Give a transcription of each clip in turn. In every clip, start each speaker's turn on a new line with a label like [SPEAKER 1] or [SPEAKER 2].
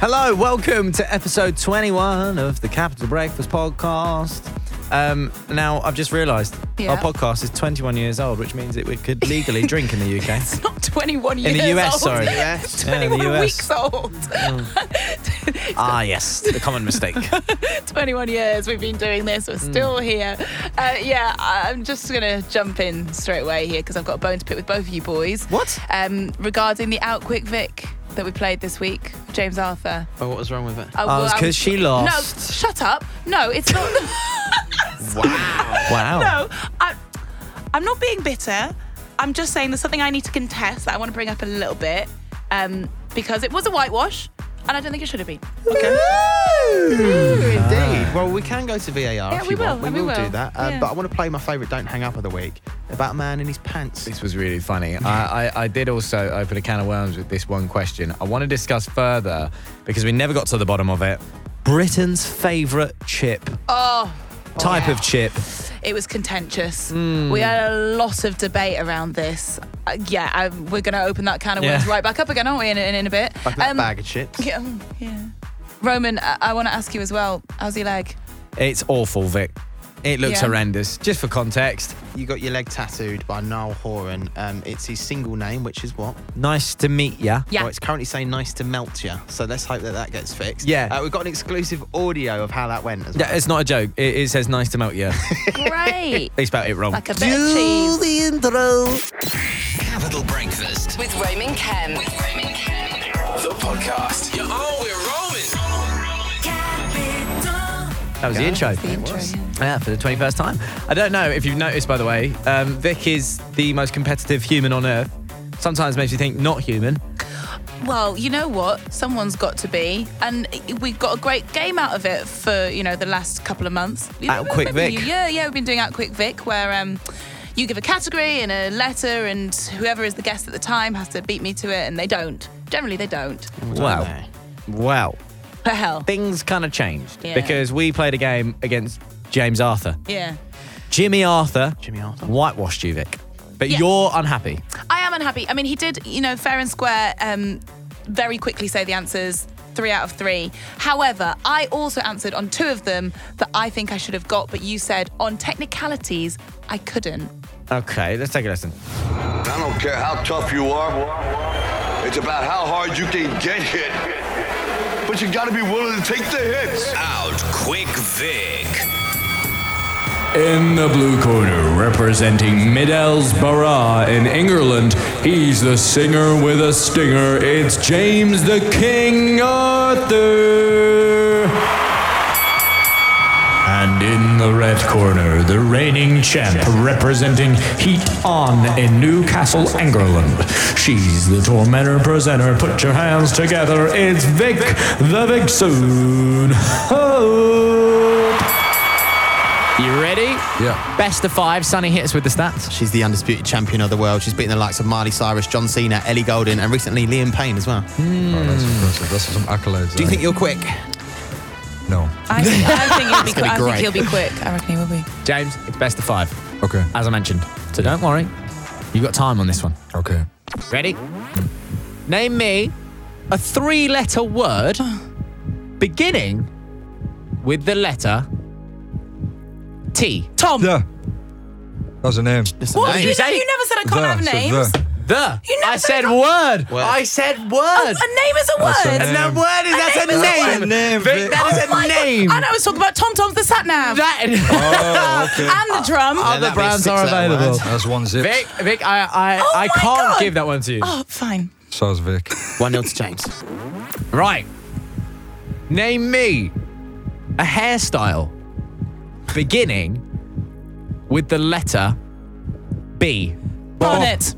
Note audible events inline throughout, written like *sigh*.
[SPEAKER 1] Hello, welcome to episode 21 of the Capital Breakfast podcast. Um, now, I've just realised
[SPEAKER 2] Yeah.
[SPEAKER 1] our podcast is 21 years old, which means it, we could legally drink in the UK.
[SPEAKER 2] It's not 21 years
[SPEAKER 1] In the US,
[SPEAKER 2] old. *laughs*
[SPEAKER 1] sorry.
[SPEAKER 2] It's
[SPEAKER 1] Yeah, in the
[SPEAKER 2] 21
[SPEAKER 1] US.
[SPEAKER 2] weeks old. *laughs*
[SPEAKER 1] ah, yes, the common mistake.
[SPEAKER 2] 21 years we've been doing this.
[SPEAKER 1] Hmm.
[SPEAKER 2] We're still here. Uh, yeah, I'm just going to jump in straight away here because I've got a bone to pick with both of you boys.
[SPEAKER 1] What?
[SPEAKER 2] Um, regarding the Out Quick Vic that we played this week, James Arthur. Uh,
[SPEAKER 3] Oh, what was wrong with it?
[SPEAKER 2] I
[SPEAKER 1] Oh,
[SPEAKER 2] will-
[SPEAKER 1] it's
[SPEAKER 2] I
[SPEAKER 1] 'cause she
[SPEAKER 2] will-
[SPEAKER 1] lost.
[SPEAKER 2] No, shut up. No,
[SPEAKER 1] *laughs*
[SPEAKER 2] it's not. *laughs*
[SPEAKER 3] Wow.
[SPEAKER 1] Wow.
[SPEAKER 2] no, I, I'm not being bitter. I'm just saying there's something I need to contest that I want to bring up a little bit um, because it was a whitewash and I don't think it should have been.
[SPEAKER 3] okay.
[SPEAKER 1] Ooh.
[SPEAKER 3] Indeed. Well, we can go to VAR
[SPEAKER 2] Yeah,
[SPEAKER 3] if
[SPEAKER 2] we
[SPEAKER 3] you want.
[SPEAKER 2] will,
[SPEAKER 3] We
[SPEAKER 2] we
[SPEAKER 3] will,
[SPEAKER 2] will.
[SPEAKER 3] do that. Uh,
[SPEAKER 2] Yeah.
[SPEAKER 3] But I want to play my favourite Don't Hang Up of the week about a man in his pants.
[SPEAKER 4] This was really funny. I, I, I did also open a can of worms with this one question. I want to discuss further because we never got to the bottom of it.
[SPEAKER 1] Britain's favourite chip,
[SPEAKER 2] Oh,
[SPEAKER 1] type of chip.
[SPEAKER 2] it was contentious.
[SPEAKER 3] Hmm.
[SPEAKER 2] We had a lot of debate around this. Uh, yeah, I, we're going to open that can of worms
[SPEAKER 1] Yeah.
[SPEAKER 2] right back up again, aren't we, in, in, in a bit?
[SPEAKER 3] Like that
[SPEAKER 2] Um,
[SPEAKER 3] bag of chips.
[SPEAKER 2] *laughs* Yeah, mm, yeah. Roman, I, I want to ask you as well how's your leg?
[SPEAKER 4] It's awful, Vic. It looks
[SPEAKER 2] Yeah.
[SPEAKER 4] horrendous. Just for context,
[SPEAKER 3] You got your leg tattooed by Niall Horan. Um, it's his single name, which is what?
[SPEAKER 1] Nice to meet ya.
[SPEAKER 2] Yeah.
[SPEAKER 3] Well, Oh, it's currently saying nice to melt you. So let's hope that that gets fixed.
[SPEAKER 4] Yeah.
[SPEAKER 3] Uh, we've got an exclusive audio of how that went as well.
[SPEAKER 4] Yeah, it's not a joke. It, it says nice to melt
[SPEAKER 2] *laughs*
[SPEAKER 4] you.
[SPEAKER 3] *laughs*
[SPEAKER 2] Great.
[SPEAKER 4] they spelled it wrong.
[SPEAKER 2] like a bit of cheese.
[SPEAKER 1] the intro.
[SPEAKER 5] Capital Breakfast,
[SPEAKER 6] with Roman Ken. With Roman Ken.
[SPEAKER 5] the podcast. You're on with Roman.
[SPEAKER 4] That was the intro.
[SPEAKER 2] The intro, yeah.
[SPEAKER 4] Yeah, for the 21st time. I don't know if you've noticed, by the way, um, Vic is the most competitive human on earth. Sometimes makes you think not human.
[SPEAKER 2] Well, you know what? Someone's got to be, and we got a great game out of it for you know the last couple of months. You
[SPEAKER 1] Out Quick
[SPEAKER 2] remember
[SPEAKER 1] Vic.
[SPEAKER 2] you- Yeah, yeah, we've been doing out quick Vic, where um, you give a category and a letter, and whoever is the guest at the time has to beat me to it, and they don't. Generally, they don't.
[SPEAKER 4] Wow. Wow.
[SPEAKER 2] But hell,
[SPEAKER 4] things kind of changed
[SPEAKER 2] Yeah.
[SPEAKER 4] because we played a game against James Arthur.
[SPEAKER 2] yeah.
[SPEAKER 4] Jimmy Arthur,
[SPEAKER 3] Jimmy Arthur.
[SPEAKER 4] whitewashed you, Vic. But
[SPEAKER 2] Yeah.
[SPEAKER 4] you're unhappy.
[SPEAKER 2] I am unhappy. I mean, he did, you know, fair and square, um, very quickly say the answers. Three out of three. However, I also answered on two of them that I think I should have got, but you said on technicalities, I couldn't.
[SPEAKER 4] Okay, let's take a listen.
[SPEAKER 7] I don't care how tough you are. It's about how hard you can get hit. But you gotta be willing to take the hits.
[SPEAKER 5] Out quick, Vic.
[SPEAKER 8] In the blue corner, representing Mid Middlesbrough in England, he's the singer with a stinger. It's James the King Arthur. And in the red corner, the reigning champ representing Heat On in Newcastle, England. She's the tormentor presenter. Put your hands together. It's Vic the Vixen. Hope.
[SPEAKER 4] You ready? Yeah. Best of five. Sonny hit us with the stats.
[SPEAKER 3] She's the undisputed champion of the world. She's beaten the likes of Miley Cyrus, John Cena, Ellie Golden, and recently Liam Payne as well. Oh,
[SPEAKER 9] That's some accolades.
[SPEAKER 3] Do you think you're quick?
[SPEAKER 9] No.
[SPEAKER 2] I *laughs* think, I think, he'll, be quick.
[SPEAKER 3] gonna be
[SPEAKER 2] I think
[SPEAKER 3] great.
[SPEAKER 2] he'll be quick. I reckon he will be.
[SPEAKER 4] James, it's best of five,
[SPEAKER 9] Okay.
[SPEAKER 4] as I mentioned. So don't worry. You've got time on this one.
[SPEAKER 9] Okay.
[SPEAKER 4] Ready? Name me a three letter word beginning with the letter T. Tom.
[SPEAKER 9] Yeah. That's a name.
[SPEAKER 3] Just
[SPEAKER 2] What?
[SPEAKER 3] a name.
[SPEAKER 2] You,
[SPEAKER 4] you say?
[SPEAKER 2] you never said I can't have
[SPEAKER 9] The, so
[SPEAKER 2] names.
[SPEAKER 9] the.
[SPEAKER 4] The.
[SPEAKER 2] You never
[SPEAKER 4] I
[SPEAKER 2] said
[SPEAKER 4] said
[SPEAKER 2] that.
[SPEAKER 4] word.
[SPEAKER 3] Word.
[SPEAKER 4] I said word.
[SPEAKER 2] A name is a
[SPEAKER 9] That's a
[SPEAKER 2] word.
[SPEAKER 9] name.
[SPEAKER 4] And that word is that's
[SPEAKER 2] name is a
[SPEAKER 4] a name.
[SPEAKER 2] word.
[SPEAKER 9] Name,
[SPEAKER 4] Vic,
[SPEAKER 9] Vic.
[SPEAKER 4] that is a
[SPEAKER 2] my God.
[SPEAKER 4] name.
[SPEAKER 2] And I was talking about Tom Tom's the sat
[SPEAKER 4] *laughs*
[SPEAKER 2] nav
[SPEAKER 4] That Oh,
[SPEAKER 9] Oh, okay.
[SPEAKER 2] and the drum.
[SPEAKER 3] that'd be
[SPEAKER 4] other
[SPEAKER 3] a
[SPEAKER 4] brands are
[SPEAKER 3] six-letter
[SPEAKER 4] available.
[SPEAKER 3] word.
[SPEAKER 9] That's one zip.
[SPEAKER 4] Vic, Vic, I, I,
[SPEAKER 2] Oh
[SPEAKER 4] I
[SPEAKER 2] my
[SPEAKER 4] can't
[SPEAKER 2] God.
[SPEAKER 4] give that one to you.
[SPEAKER 2] Oh, fine.
[SPEAKER 9] So's Vic.
[SPEAKER 3] One nil to James.
[SPEAKER 4] Right. Name me a hairstyle beginning with the letter B.
[SPEAKER 2] Bonnet.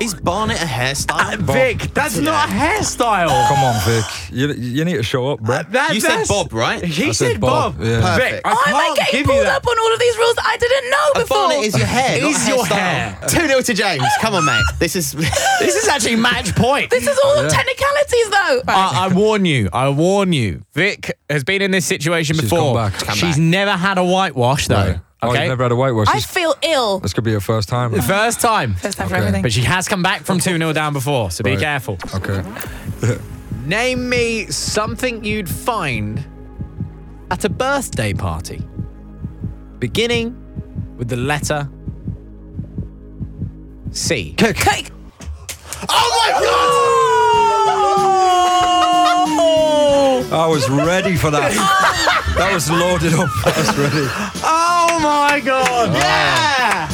[SPEAKER 3] Is Barnett a hairstyle?
[SPEAKER 4] Uh, Vic, that's not a hairstyle.
[SPEAKER 9] Come on, Vic. You, you need to show up, bro.
[SPEAKER 4] *laughs* That-
[SPEAKER 3] You said
[SPEAKER 4] that's-
[SPEAKER 3] Bob, right?
[SPEAKER 4] He
[SPEAKER 9] I said
[SPEAKER 4] said Bob.
[SPEAKER 9] Bob, yeah.
[SPEAKER 4] Vic,
[SPEAKER 3] Perfect.
[SPEAKER 4] I
[SPEAKER 2] Why am I
[SPEAKER 4] can't
[SPEAKER 2] getting
[SPEAKER 4] give you
[SPEAKER 2] pulled
[SPEAKER 4] that.
[SPEAKER 2] up on all of these rules that I didn't know
[SPEAKER 3] A
[SPEAKER 2] before?
[SPEAKER 3] bonnet is your hair. not
[SPEAKER 4] Is
[SPEAKER 3] a
[SPEAKER 4] your
[SPEAKER 3] hairstyle.
[SPEAKER 4] hair.
[SPEAKER 3] Two 0 to James. Come on, mate. This *laughs* is.
[SPEAKER 4] This is actually *laughs* match point.
[SPEAKER 2] this is all
[SPEAKER 9] Yeah. Ah.
[SPEAKER 2] technicalities, though.
[SPEAKER 4] I, I warn you. I warn you. Vic has been in this situation
[SPEAKER 9] She's
[SPEAKER 4] before.
[SPEAKER 9] come back. Come
[SPEAKER 4] She's
[SPEAKER 3] back.
[SPEAKER 4] never had a whitewash though.
[SPEAKER 9] Oh,
[SPEAKER 4] Okay.
[SPEAKER 9] you've never had a whitewash.
[SPEAKER 2] I
[SPEAKER 9] This,
[SPEAKER 2] feel ill.
[SPEAKER 9] this could be your first time.
[SPEAKER 4] First time.
[SPEAKER 2] First time for
[SPEAKER 9] Okay.
[SPEAKER 2] everything.
[SPEAKER 4] But she has come back from 2 0 down before, so be
[SPEAKER 9] Right.
[SPEAKER 4] careful.
[SPEAKER 9] Okay.
[SPEAKER 4] Name me something you'd find at a birthday party, beginning with the letter C. Oh
[SPEAKER 2] Cake.
[SPEAKER 9] I was ready for that. that was loaded up. I was ready.
[SPEAKER 4] Oh my god! Yeah!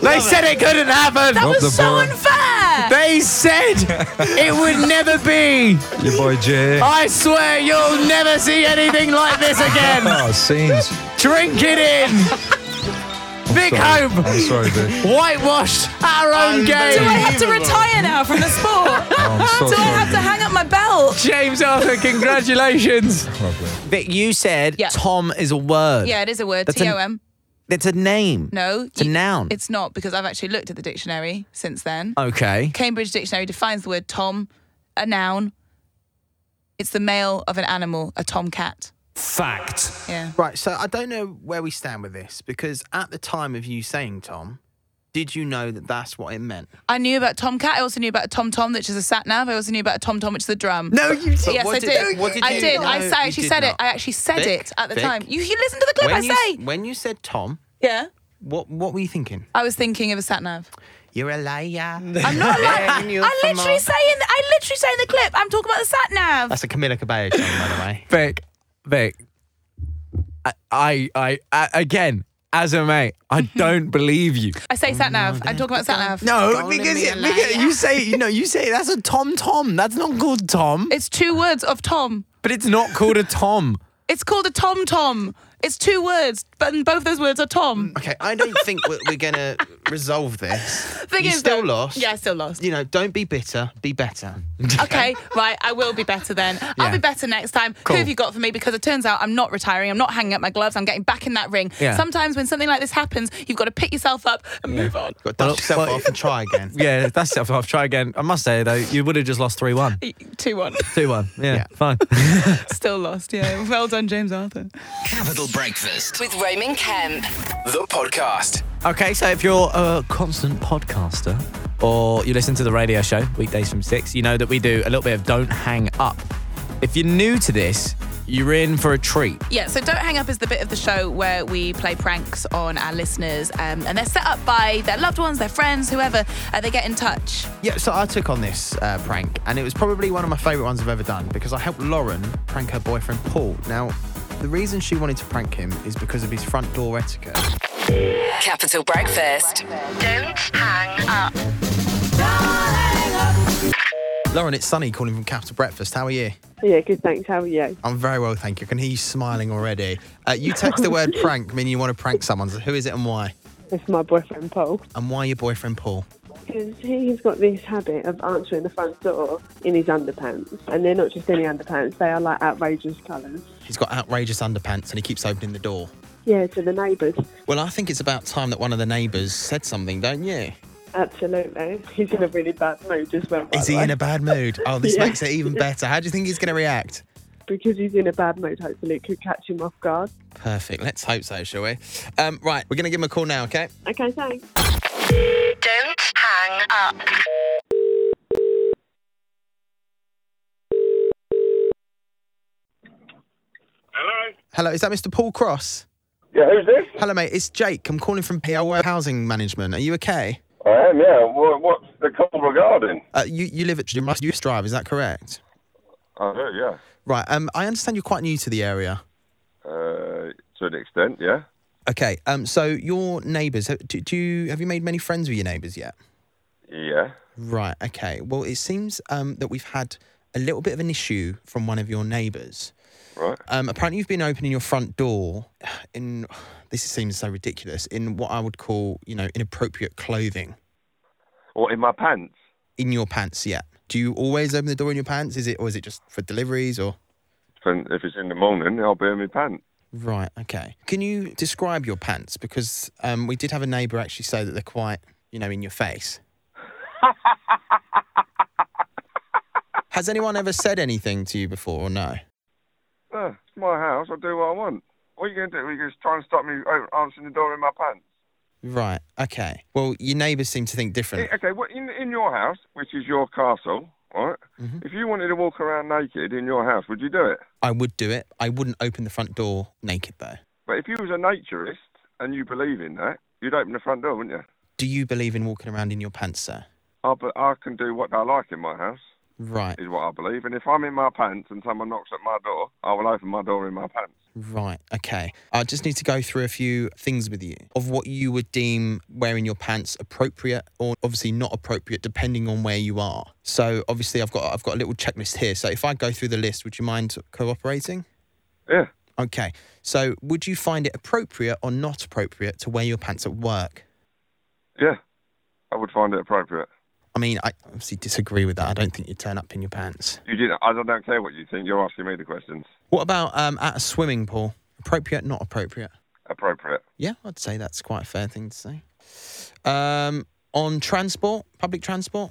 [SPEAKER 4] They said it couldn't happen!
[SPEAKER 2] That
[SPEAKER 9] Rob the
[SPEAKER 2] was so
[SPEAKER 9] boy.
[SPEAKER 2] unfair.
[SPEAKER 4] They said it would never be!
[SPEAKER 9] Your boy Jay.
[SPEAKER 2] Oh.
[SPEAKER 4] I swear you'll never see anything like this *laughs* again!
[SPEAKER 9] Oh, scenes.
[SPEAKER 4] Drink it in!
[SPEAKER 3] *laughs*
[SPEAKER 4] Big
[SPEAKER 9] Sorry.
[SPEAKER 4] hope!
[SPEAKER 9] I'm sorry, Vic.
[SPEAKER 4] Whitewashed our own
[SPEAKER 2] Um, Do I
[SPEAKER 4] game!
[SPEAKER 2] have to retire now from the sport?
[SPEAKER 9] *laughs* Oh, I'm so
[SPEAKER 2] Do I
[SPEAKER 9] sorry.
[SPEAKER 2] have to hang up my belt?
[SPEAKER 4] James Arthur,
[SPEAKER 3] *laughs*
[SPEAKER 4] congratulations!
[SPEAKER 1] Vic, you said
[SPEAKER 2] Yeah.
[SPEAKER 1] Tom is a word.
[SPEAKER 2] Yeah, it is a word.
[SPEAKER 1] That's an-
[SPEAKER 2] T O M.
[SPEAKER 1] It's a name.
[SPEAKER 2] No,
[SPEAKER 1] It's a noun.
[SPEAKER 2] It's not because I've actually looked at the dictionary since then.
[SPEAKER 1] Okay.
[SPEAKER 2] Cambridge Dictionary defines the word tom, a noun. It's the male of an animal, a tomcat.
[SPEAKER 8] Fact.
[SPEAKER 2] Yeah.
[SPEAKER 3] Right, so I don't know where we stand with this because at the time of you saying Tom, did you know that that's what it meant?
[SPEAKER 2] I knew about tomcat. I also knew about a tom tom, which is a sat nav. I also knew about a tom tom, which is the drum.
[SPEAKER 3] No, you.
[SPEAKER 2] Yes, I did. I did. I, sa- actually said it. I actually said
[SPEAKER 3] Vic,
[SPEAKER 2] it at the
[SPEAKER 3] Vic.
[SPEAKER 2] time. You, you listen to the clip I
[SPEAKER 3] when, you,
[SPEAKER 2] say.
[SPEAKER 3] when you said Tom,
[SPEAKER 2] yeah.
[SPEAKER 3] what what were you thinking?
[SPEAKER 2] I was thinking of a sat
[SPEAKER 3] *laughs*
[SPEAKER 2] nav.
[SPEAKER 3] You're a liar.
[SPEAKER 2] I'm not lying.
[SPEAKER 3] you
[SPEAKER 2] I
[SPEAKER 3] from
[SPEAKER 2] literally
[SPEAKER 3] a-
[SPEAKER 2] saying. I literally saying the clip. I'm talking about the sat nav.
[SPEAKER 3] That's a Camilla Cabello song, by the way.
[SPEAKER 4] Vic, Vic, I, I, I, I again, as a mate,
[SPEAKER 2] *laughs*
[SPEAKER 4] I don't believe you.
[SPEAKER 2] I say sat nav. I'm talking about sat nav.
[SPEAKER 1] No,
[SPEAKER 3] Calling
[SPEAKER 1] because,
[SPEAKER 3] me a
[SPEAKER 1] because
[SPEAKER 3] liar.
[SPEAKER 1] you say you know you say that's a tom tom. That's not called Tom,
[SPEAKER 2] It's two words of tom.
[SPEAKER 4] But it's not called a Tom.
[SPEAKER 2] It's called a tom tom. It's two words, but and both those words are tom.
[SPEAKER 3] Okay, I don't think we're, we're gonna resolve *laughs* this.
[SPEAKER 2] Thing
[SPEAKER 3] you
[SPEAKER 2] is,
[SPEAKER 3] still
[SPEAKER 2] though-
[SPEAKER 3] lost.
[SPEAKER 2] Yeah, I still lost.
[SPEAKER 3] You know, don't be bitter. Be better.
[SPEAKER 2] Okay, right. I will be better then. I'll
[SPEAKER 3] Yeah.
[SPEAKER 2] be better next time. Who have you got for me? Because it turns out I'm not retiring. I'm not hanging up my gloves. I'm getting back in that ring.
[SPEAKER 4] Yeah.
[SPEAKER 2] Sometimes when something like this happens, you've got to pick yourself up and move on.
[SPEAKER 3] Got to dust yourself off and try again.
[SPEAKER 4] Yeah, that's it. I'll try again. I must say though, you would have just lost three
[SPEAKER 3] *laughs*
[SPEAKER 4] one,
[SPEAKER 2] Two one.
[SPEAKER 4] two one. Yeah,
[SPEAKER 3] Yeah.
[SPEAKER 4] fine. *laughs*
[SPEAKER 2] Still lost. Yeah. Well done, James Arthur.
[SPEAKER 5] Capital Breakfast,
[SPEAKER 6] With Roman Kemp.
[SPEAKER 5] the podcast.
[SPEAKER 4] Okay, so if you're a constant podcaster or you listen to the radio show weekdays from six, you know that we do a little bit of don't hang up. If you're new to this, you're in for a treat.
[SPEAKER 2] Yeah, so Don't Hang Up is the bit of the show where we play pranks on our listeners, um, and they're set up by their loved ones, their friends, whoever. Uh, they get in touch.
[SPEAKER 3] *laughs* Yeah, so I took on this uh, prank, and it was probably one of my favourite ones I've ever done because I helped Lauren prank her boyfriend Paul. Now, the reason she wanted to prank him is because of his front door etiquette.
[SPEAKER 6] Capital Breakfast. Don't hang up.
[SPEAKER 3] Lauren, it's Sunny calling from Capital Breakfast. How are you?
[SPEAKER 10] Yeah, good, thanks. How are you?
[SPEAKER 3] I'm very well, thank you. I can hear you smiling already. Uh, you text the word prank, meaning you want to prank someone. So who is it and why?
[SPEAKER 10] It's my boyfriend Paul.
[SPEAKER 3] And why your boyfriend Paul?
[SPEAKER 10] Because he's got this habit of answering the front door in his underpants. And they're not just any underpants, they are like outrageous colours.
[SPEAKER 3] He's got outrageous underpants and he keeps opening the door.
[SPEAKER 10] Yeah, to the neighbours.
[SPEAKER 3] Well, I think it's about time that one of the neighbours said something, don't you?
[SPEAKER 10] Absolutely. He's in a really bad mood as well. by
[SPEAKER 3] Is
[SPEAKER 10] the
[SPEAKER 3] he
[SPEAKER 10] way.
[SPEAKER 3] in a bad mood? Oh, *laughs* this
[SPEAKER 10] Yeah.
[SPEAKER 3] makes it even better. How do you think he's going to react?
[SPEAKER 10] Because he's in a bad mood, hopefully it could catch him off guard.
[SPEAKER 3] Perfect. Let's hope so, shall we? Um, right, we're going to give him a call now, okay?
[SPEAKER 10] Okay, thanks.
[SPEAKER 6] Don't hang up.
[SPEAKER 3] Hello, is that Mr. Paul Cross?
[SPEAKER 11] Yeah, who's this?
[SPEAKER 3] Hello, mate. It's Jake. I'm calling from PLW Housing Management. Are you okay?
[SPEAKER 11] I am, yeah. What, what's the call regarding?
[SPEAKER 3] Uh, you, you live at Must Use Drive, is that correct?
[SPEAKER 11] I do, Uh, yeah.
[SPEAKER 3] Right, um, I understand you're quite new to the area.
[SPEAKER 11] Uh, to an extent, yeah.
[SPEAKER 3] Okay, um, so your neighbours, ha- do, do you, have you made many friends with your neighbours yet?
[SPEAKER 11] Yeah.
[SPEAKER 3] Right, okay. Well, it seems um, that we've had a little bit of an issue from one of your neighbours.
[SPEAKER 11] Right.
[SPEAKER 3] Um, apparently, you've been opening your front door in this seems so ridiculous in what I would call, you know, inappropriate clothing
[SPEAKER 11] What, in my pants?
[SPEAKER 3] in your pants. Yeah. Do you always open the door in your pants? Is it or is it just for deliveries or?
[SPEAKER 11] Depend- If it's in the morning, I'll be in my pants.
[SPEAKER 3] Right. Okay. Can you describe your pants? Because um, we did have a neighbour actually say that they're quite, you know, in your face.
[SPEAKER 11] *laughs*
[SPEAKER 3] Has anyone ever said anything to you before or no?
[SPEAKER 11] Uh, it's my house. I'll do what I want. What are you going to do? Are you going to try and stop me o- answering the door in my pants?
[SPEAKER 3] Right. Okay. Well, your neighbours seem to think different.
[SPEAKER 11] uh, Eh, Okay, well, in, in your house, which is your castle, right? If you wanted to walk around naked in your house, would you do it?
[SPEAKER 3] I would do it. I wouldn't open the front door naked though.
[SPEAKER 11] But if you was a naturist and you believe in that, you'd open the front door, wouldn't you?
[SPEAKER 3] Do you believe in walking around in your pants, sir?
[SPEAKER 11] I, be- I can do what I like in my house,
[SPEAKER 3] Right,
[SPEAKER 11] is what I believe. And if I'm in my pants and someone knocks at my door, I will open my door in my pants.
[SPEAKER 3] right, okay. I just need to go through a few things with you of what you would deem wearing your pants appropriate or obviously not appropriate depending on where you are. So obviously I've got I've got a little checklist here. So if I go through the list, would you mind cooperating?
[SPEAKER 11] Yeah.
[SPEAKER 3] Okay. So would you find it appropriate or not appropriate to wear your pants at work?
[SPEAKER 11] Yeah, I would find it appropriate.
[SPEAKER 3] I mean, I obviously disagree with that. I don't think you turn up in your pants.
[SPEAKER 11] You did. I don't- don't care what you think. You're asking me the questions.
[SPEAKER 3] What about um, at a swimming pool? Appropriate, not appropriate?
[SPEAKER 11] Appropriate.
[SPEAKER 3] Yeah, I'd say that's quite a fair thing to say. Um, on transport, public transport,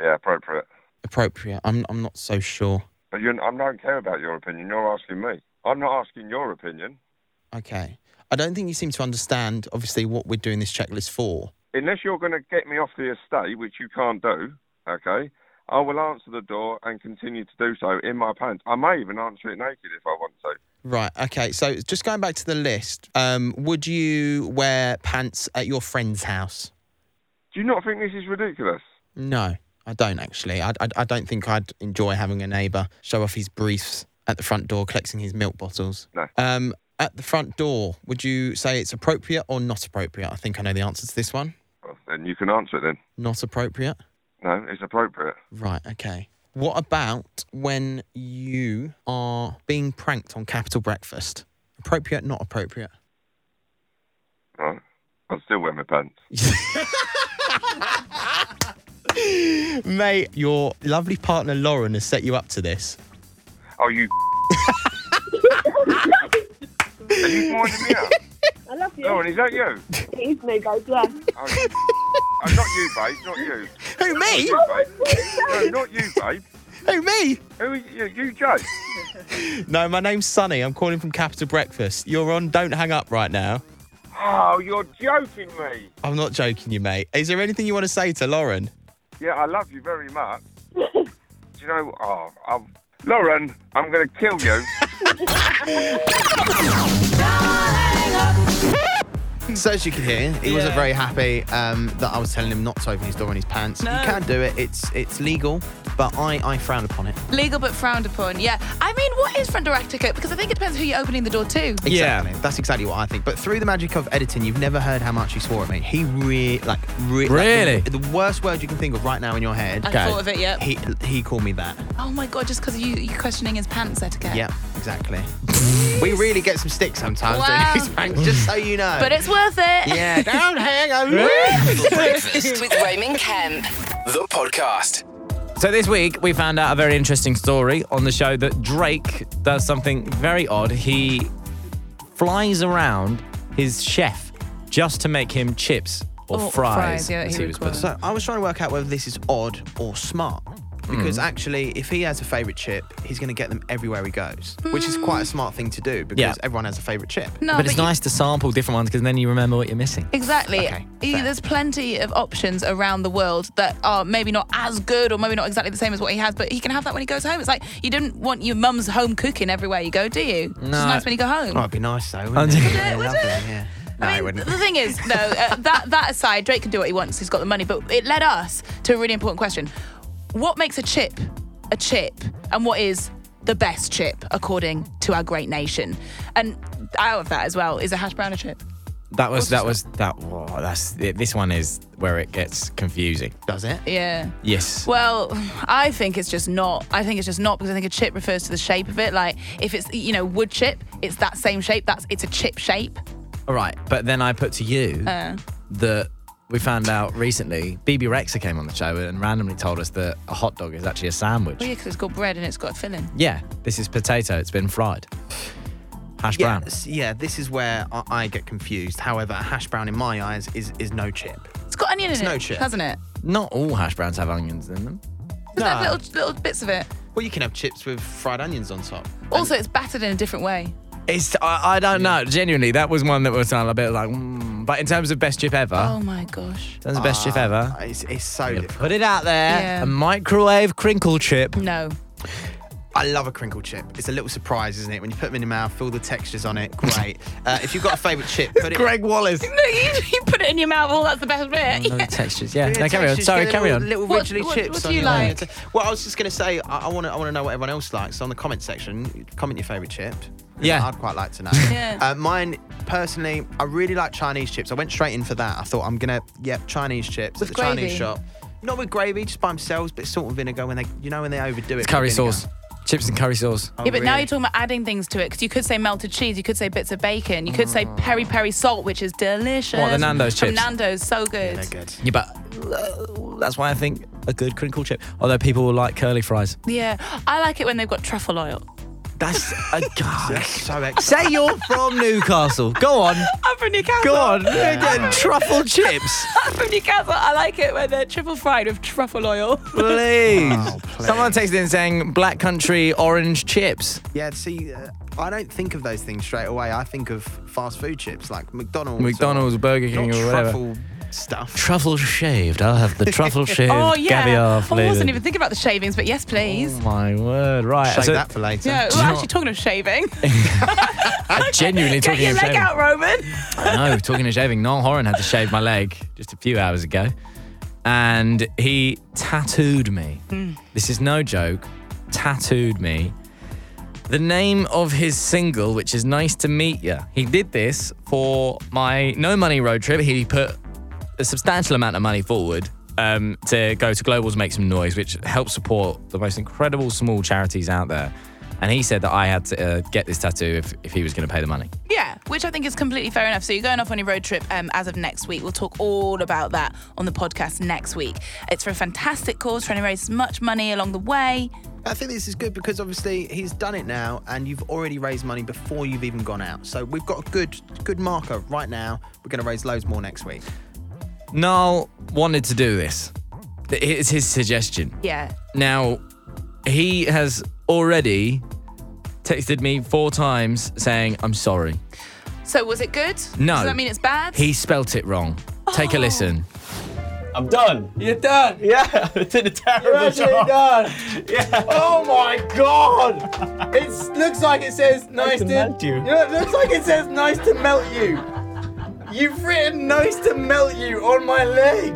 [SPEAKER 11] Yeah, appropriate.
[SPEAKER 3] appropriate. I'm I'm not so sure.
[SPEAKER 11] But you, I don't care about your opinion. You're asking me. I'm not asking your opinion.
[SPEAKER 3] Okay, I don't think you seem to understand. Obviously, what we're doing this checklist for.
[SPEAKER 11] Unless you're going to get me off the estate, which you can't do, okay, I will answer the door and continue to do so in my pants. I may even answer it naked if I want to.
[SPEAKER 3] Right. Okay. So just going back to the list, um, would you wear pants at your friend's house?
[SPEAKER 11] Do you not think this is ridiculous?
[SPEAKER 3] No, I don't actually. I, I, I don't think I'd enjoy having a neighbour show off his briefs at the front door collecting his milk bottles.
[SPEAKER 11] No.
[SPEAKER 3] Um, at the front door, would you say it's appropriate or not appropriate? I think I know the answer to this one.
[SPEAKER 11] Well, then you can answer it then.
[SPEAKER 3] Not appropriate.
[SPEAKER 11] No, it's appropriate.
[SPEAKER 3] Right. Okay. What about when you are being pranked on Capital Breakfast? Appropriate, not appropriate.
[SPEAKER 11] Right. I'll still wear my pants.
[SPEAKER 3] Mate, your lovely partner Lauren has set you up to this.
[SPEAKER 11] Oh, you. Are you winding me up?
[SPEAKER 10] I love you.
[SPEAKER 11] Lauren, is that you?
[SPEAKER 10] It is me, babe, yeah.
[SPEAKER 11] Oh, you oh, not you, babe. Not you.
[SPEAKER 3] Who,
[SPEAKER 11] *laughs*
[SPEAKER 3] me?
[SPEAKER 11] Not you, babe. No, not you, babe.
[SPEAKER 3] Who, me?
[SPEAKER 11] Who are you? You, Joe.
[SPEAKER 3] No, my name's Sonny. I'm calling from Capital Breakfast. You're on Don't Hang Up right now.
[SPEAKER 11] Oh, you're joking me.
[SPEAKER 3] I'm not joking you, mate. Is there anything you want to say to Lauren?
[SPEAKER 11] Yeah, I love you very much. Do you know? Oh, I'm... Lauren, I'm going to kill you.
[SPEAKER 3] So as you can hear, he
[SPEAKER 2] Yeah.
[SPEAKER 3] wasn't very happy um, that I was telling him not to open his door in his pants.
[SPEAKER 2] No.
[SPEAKER 3] You can do it. It's it's legal, but I, I frown upon it.
[SPEAKER 2] Legal but frowned upon. Yeah. I mean, what is front door etiquette? Because I think it depends who you're opening the door to.
[SPEAKER 3] Exactly. Yeah. That's exactly what I think. But through the magic of editing, you've never heard how much he swore at me. He really, like, re- like,
[SPEAKER 4] Really?
[SPEAKER 3] the, the worst word you can think of right now in your head.
[SPEAKER 2] I thought of it, yep.
[SPEAKER 3] He, he called me that.
[SPEAKER 2] Oh my god, just because you you questioning his pants etiquette.
[SPEAKER 3] Yeah, exactly. we really get some stick sometimes
[SPEAKER 2] Wow.
[SPEAKER 3] *laughs* doing these pranks, just so you know.
[SPEAKER 4] Um,
[SPEAKER 2] But it's worth it.
[SPEAKER 3] yeah, don't hang on.
[SPEAKER 6] Breakfast with Roman Kemp.
[SPEAKER 5] The podcast.
[SPEAKER 4] So this week we found out a very interesting story on the show that Drake does something very odd. He flies around his chef just to make him chips or
[SPEAKER 2] Or
[SPEAKER 4] fries.
[SPEAKER 2] Oh, fries, yeah,
[SPEAKER 4] as
[SPEAKER 2] he
[SPEAKER 4] he was
[SPEAKER 2] would call
[SPEAKER 4] put-
[SPEAKER 2] them.
[SPEAKER 3] So I was trying to work out whether this is odd or smart.
[SPEAKER 4] Hmm.
[SPEAKER 3] Because actually, if he has a favourite chip, he's going to get them everywhere he goes, which is quite a smart thing to do because
[SPEAKER 4] Yeah.
[SPEAKER 3] everyone has a favourite chip.
[SPEAKER 2] Hmm. No,
[SPEAKER 4] but it's
[SPEAKER 2] you-
[SPEAKER 4] nice to sample different ones because then you remember what you're missing.
[SPEAKER 2] Exactly.
[SPEAKER 3] Okay,
[SPEAKER 2] Y-
[SPEAKER 3] fair.
[SPEAKER 2] There's plenty of options around the world that are maybe not as good or maybe not exactly the same as what he has, but he can have that when he goes home. It's like you don't want your mum's home cooking everywhere you go, do you? It's nice when you go home.
[SPEAKER 3] Oh, it'd be nice though.
[SPEAKER 4] Would
[SPEAKER 3] Wouldn't
[SPEAKER 4] it?
[SPEAKER 3] it?
[SPEAKER 4] Would
[SPEAKER 3] Yeah,
[SPEAKER 2] would
[SPEAKER 3] lovely, yeah. No,
[SPEAKER 2] I
[SPEAKER 3] it
[SPEAKER 2] mean,
[SPEAKER 3] wouldn't.
[SPEAKER 2] The thing is, though, *laughs* uh, that that aside, Drake can do what he wants. He's got the money, but it led us to a really important question: What makes a chip a chip, and what is the best chip according to our great nation? And out of that as well is a hash brown a chip.
[SPEAKER 4] That was that was that. Whoa, that's this one is where it gets confusing.
[SPEAKER 3] Does it?
[SPEAKER 2] Yeah.
[SPEAKER 4] Yes.
[SPEAKER 2] Well, I think it's just not. I think it's just not because I think a chip refers to the shape of it. Like if it's you know wood chip, it's that same shape. That's it's a chip shape.
[SPEAKER 4] All right, but then I put to you
[SPEAKER 2] Uh.
[SPEAKER 4] that we found out recently BB Rexa came on the show and randomly told us that a hot dog is actually a sandwich.
[SPEAKER 2] Well, yeah, because it's got bread and it's got filling.
[SPEAKER 4] Yeah, this is potato. It's been fried. Hash
[SPEAKER 3] Yeah,
[SPEAKER 4] brown.
[SPEAKER 3] s- yeah, this is where I, I get confused. However, a hash brown in my eyes is is no chip.
[SPEAKER 2] It's got onion in
[SPEAKER 3] no
[SPEAKER 2] it,
[SPEAKER 3] chip.
[SPEAKER 2] hasn't it?
[SPEAKER 4] Not all hash browns have onions in them.
[SPEAKER 2] Does that
[SPEAKER 3] No.
[SPEAKER 2] have little little bits of it?
[SPEAKER 3] Well, you can have chips with fried onions on top.
[SPEAKER 2] Also, it's battered in a different way.
[SPEAKER 4] It's I, I don't know. Genuinely, that was one that was a bit like. Mm. But in terms of best chip ever,
[SPEAKER 2] Oh my gosh.
[SPEAKER 4] in terms of best chip ever,
[SPEAKER 3] Ah, it's, it's so difficult.
[SPEAKER 4] put it out there.
[SPEAKER 2] Yeah.
[SPEAKER 4] A microwave crinkle chip.
[SPEAKER 2] No.
[SPEAKER 3] I love a crinkle chip. It's a little surprise, isn't it? When you put them in your mouth, feel the textures on
[SPEAKER 4] *laughs*
[SPEAKER 3] it. Great. uh, if you've got a favourite chip, put it.
[SPEAKER 4] Greg Wallace.
[SPEAKER 2] No, you, you put it in your mouth. Well, that's the best bit.
[SPEAKER 4] Oh, No
[SPEAKER 2] Yeah.
[SPEAKER 4] textures. Yeah.
[SPEAKER 3] Yeah,
[SPEAKER 4] No, carry on.
[SPEAKER 3] textures,
[SPEAKER 4] Sorry,
[SPEAKER 3] get
[SPEAKER 4] carry
[SPEAKER 3] little-
[SPEAKER 4] on.
[SPEAKER 3] Little
[SPEAKER 2] What-
[SPEAKER 3] ridgely
[SPEAKER 2] what-
[SPEAKER 3] chips.
[SPEAKER 2] what do
[SPEAKER 3] on
[SPEAKER 2] you
[SPEAKER 3] your own.
[SPEAKER 2] like?
[SPEAKER 3] Well, I was just going to say, I want to, I want to know what everyone else likes. So on the comment section, comment your favourite chip.
[SPEAKER 4] Yeah.
[SPEAKER 3] I'd quite like to
[SPEAKER 4] *laughs*
[SPEAKER 3] know.
[SPEAKER 2] Yeah.
[SPEAKER 3] Uh, mine, personally, I really like Chinese chips. I went straight in for that. I thought I'm gonna, yep, Chinese chips
[SPEAKER 2] With
[SPEAKER 3] at the
[SPEAKER 2] gravy?
[SPEAKER 3] Chinese shop. Not with gravy, just by themselves, but salt and vinegar when they, you know, when they overdo it.
[SPEAKER 4] It's
[SPEAKER 3] with
[SPEAKER 4] curry
[SPEAKER 3] vinegar.
[SPEAKER 4] sauce. Chips and curry sauce.
[SPEAKER 3] Oh,
[SPEAKER 2] Yeah, but now
[SPEAKER 3] really?
[SPEAKER 2] you're talking about adding things to it because you could say melted cheese, you could say bits of bacon, you could say peri peri salt, which is delicious.
[SPEAKER 4] Oh. What, the Nando's
[SPEAKER 2] From
[SPEAKER 4] chips?
[SPEAKER 2] Nando's, so good.
[SPEAKER 3] They're good.
[SPEAKER 4] Yeah, but uh, that's why I think a good crinkle chip. Although people will like curly fries.
[SPEAKER 2] Yeah, I like it when they've got truffle oil.
[SPEAKER 4] That's *laughs* a god.
[SPEAKER 3] So excellent.
[SPEAKER 4] Say you're from Newcastle. Go on.
[SPEAKER 2] I'm from Newcastle.
[SPEAKER 4] Go on. Get truffle
[SPEAKER 3] *laughs*
[SPEAKER 4] chips.
[SPEAKER 2] I'm from Newcastle. I like it when they're triple fried with
[SPEAKER 4] *laughs*
[SPEAKER 2] truffle oil.
[SPEAKER 4] Please.
[SPEAKER 3] Oh, please.
[SPEAKER 4] Someone texted in saying black country orange chips.
[SPEAKER 3] Yeah, see, uh, I don't think of those things straight away. I think of fast food chips like McDonald's. or-
[SPEAKER 4] McDonald's, Burger King,
[SPEAKER 3] not
[SPEAKER 4] or whatever.
[SPEAKER 3] truffle stuff.
[SPEAKER 4] Truffle shaved. I'll have the
[SPEAKER 3] *laughs*
[SPEAKER 4] truffle shaved
[SPEAKER 2] oh yeah.
[SPEAKER 4] caviar
[SPEAKER 2] I
[SPEAKER 4] flavour.
[SPEAKER 2] wasn't even thinking about the shavings, but yes, please.
[SPEAKER 4] Oh my word! Right,
[SPEAKER 3] Save
[SPEAKER 4] so
[SPEAKER 3] that for
[SPEAKER 4] *laughs*
[SPEAKER 3] later.
[SPEAKER 2] Yeah,
[SPEAKER 4] Oh. you
[SPEAKER 2] we're
[SPEAKER 4] know
[SPEAKER 2] actually
[SPEAKER 4] what?
[SPEAKER 2] talking of shaving. *laughs*
[SPEAKER 4] genuinely
[SPEAKER 2] Get
[SPEAKER 4] talking
[SPEAKER 2] your
[SPEAKER 4] of
[SPEAKER 2] leg
[SPEAKER 4] shaving.
[SPEAKER 2] out, Roman.
[SPEAKER 4] no, talking of shaving, Noel Horan had to shave my leg just a few hours ago, and he tattooed me. This is no joke. Tattooed me. The name of his single, which is "Nice to Meet Ya." He did this for my no money road trip. He put a substantial amount of money forward um, to go to Globals Make Some Noise, which helps support the most incredible small charities out there. And he said that I had to uh, get this tattoo if, if he was going to pay the money.
[SPEAKER 2] Yeah, which I think is completely fair enough. So you're going off on your road trip um, as of next week. We'll talk all about that on the podcast next week. It's for a fantastic cause, trying to raise as much money along the way.
[SPEAKER 3] I think this is good because obviously he's done it now, and you've already raised money before you've even gone out. So we've got a good good marker right now. We're going to raise loads more next week.
[SPEAKER 4] Niall wanted to do this. It's his suggestion.
[SPEAKER 2] Yeah.
[SPEAKER 4] Now, he has already texted me four times saying, I'm sorry.
[SPEAKER 2] So was it good?
[SPEAKER 4] No.
[SPEAKER 2] Does that mean it's bad?
[SPEAKER 4] He spelt it wrong. Take a listen.
[SPEAKER 8] I'm done. You're done. Yeah, *laughs* I did a terrible job. done. *laughs* Yeah. Oh my *laughs* god. It looks like it says nice, to, melt you. Yeah, it looks like it says nice to melt you. You've written nice to melt you on my leg.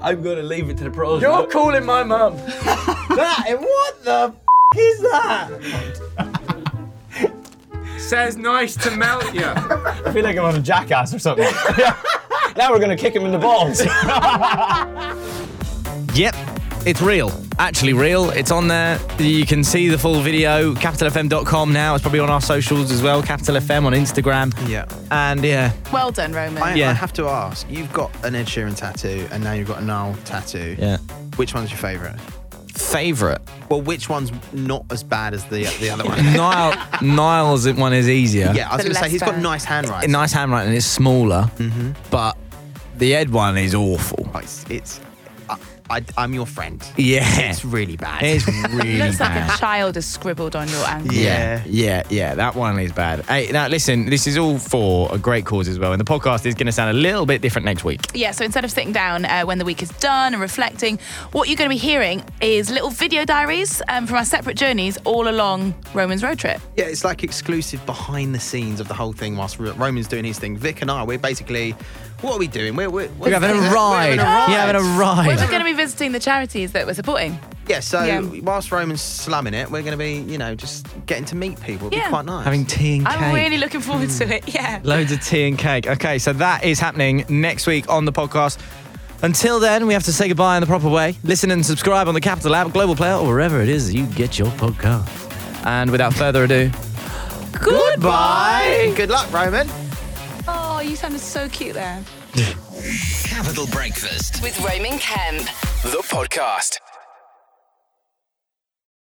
[SPEAKER 8] I'm gonna leave it to the pros. You're calling my *laughs* mum. that and what the f- is that?
[SPEAKER 4] Says nice to melt you.
[SPEAKER 8] I feel like I'm on a jackass or something. *laughs* now we're gonna kick him in the balls.
[SPEAKER 4] Yep, it's real. Actually, real. It's on there. You can see the full video. CapitalFM.com now. It's probably on our socials as well. Capital FM on Instagram.
[SPEAKER 3] Yeah.
[SPEAKER 4] And yeah,
[SPEAKER 2] well done, Roman.
[SPEAKER 3] I, I
[SPEAKER 4] Yeah.
[SPEAKER 3] have to ask. You've got an Ed Sheeran tattoo, and now you've got a Niall tattoo.
[SPEAKER 4] yeah.
[SPEAKER 3] Which one's your favourite?
[SPEAKER 4] Favorite.
[SPEAKER 3] Well, which one's not as bad as the
[SPEAKER 4] *laughs*
[SPEAKER 3] the other one?
[SPEAKER 4] Niall, Niall's one is easier.
[SPEAKER 3] Yeah, I was
[SPEAKER 2] The
[SPEAKER 3] going to say
[SPEAKER 2] less
[SPEAKER 3] he's got
[SPEAKER 2] bad.
[SPEAKER 3] nice handwriting.
[SPEAKER 4] Nice handwriting. It's smaller, but the Ed one is awful.
[SPEAKER 3] Oh, It's, it's I, I, I'm your friend.
[SPEAKER 4] Yeah.
[SPEAKER 3] It's really bad.
[SPEAKER 4] It's
[SPEAKER 2] it
[SPEAKER 4] really
[SPEAKER 2] looks
[SPEAKER 4] bad.
[SPEAKER 2] like a child has scribbled on your ankle.
[SPEAKER 4] Yeah, yeah, yeah. That one is bad. Hey, now listen, this is all for a great cause as well, and the podcast is going to sound a little bit different next week.
[SPEAKER 2] Yeah, so instead of sitting down uh, when the week is done and reflecting, what you're going to be hearing is little video diaries um, from our separate journeys all along Roman's road trip.
[SPEAKER 3] Yeah, it's like exclusive behind the scenes of the whole thing whilst R- Roman's doing his thing. Vic and I, we're basically, what are we doing? We're, *laughs* we're,
[SPEAKER 4] We're having a ride. You're having a
[SPEAKER 2] We're
[SPEAKER 4] ride.
[SPEAKER 2] going to be visiting the charities that we're supporting.
[SPEAKER 3] Yeah, so
[SPEAKER 2] Yeah.
[SPEAKER 3] whilst Roman's slamming it, we're going to be, you know, just getting to meet people. It'd
[SPEAKER 2] Yeah.
[SPEAKER 3] be quite nice.
[SPEAKER 4] Having tea and cake.
[SPEAKER 2] I'm really looking forward to it. *laughs* Yeah.
[SPEAKER 4] Loads of tea and cake. Okay, so that is happening next week on the podcast. Until then, we have to say goodbye in the proper way. Listen and subscribe on the Capital app, Global Player, or wherever it is you get your podcast. And without further ado,
[SPEAKER 3] Goodbye. Good luck, Roman.
[SPEAKER 2] Oh, you sounded so cute there.
[SPEAKER 8] Capital Breakfast,
[SPEAKER 6] With Roman Kemp.
[SPEAKER 8] the podcast.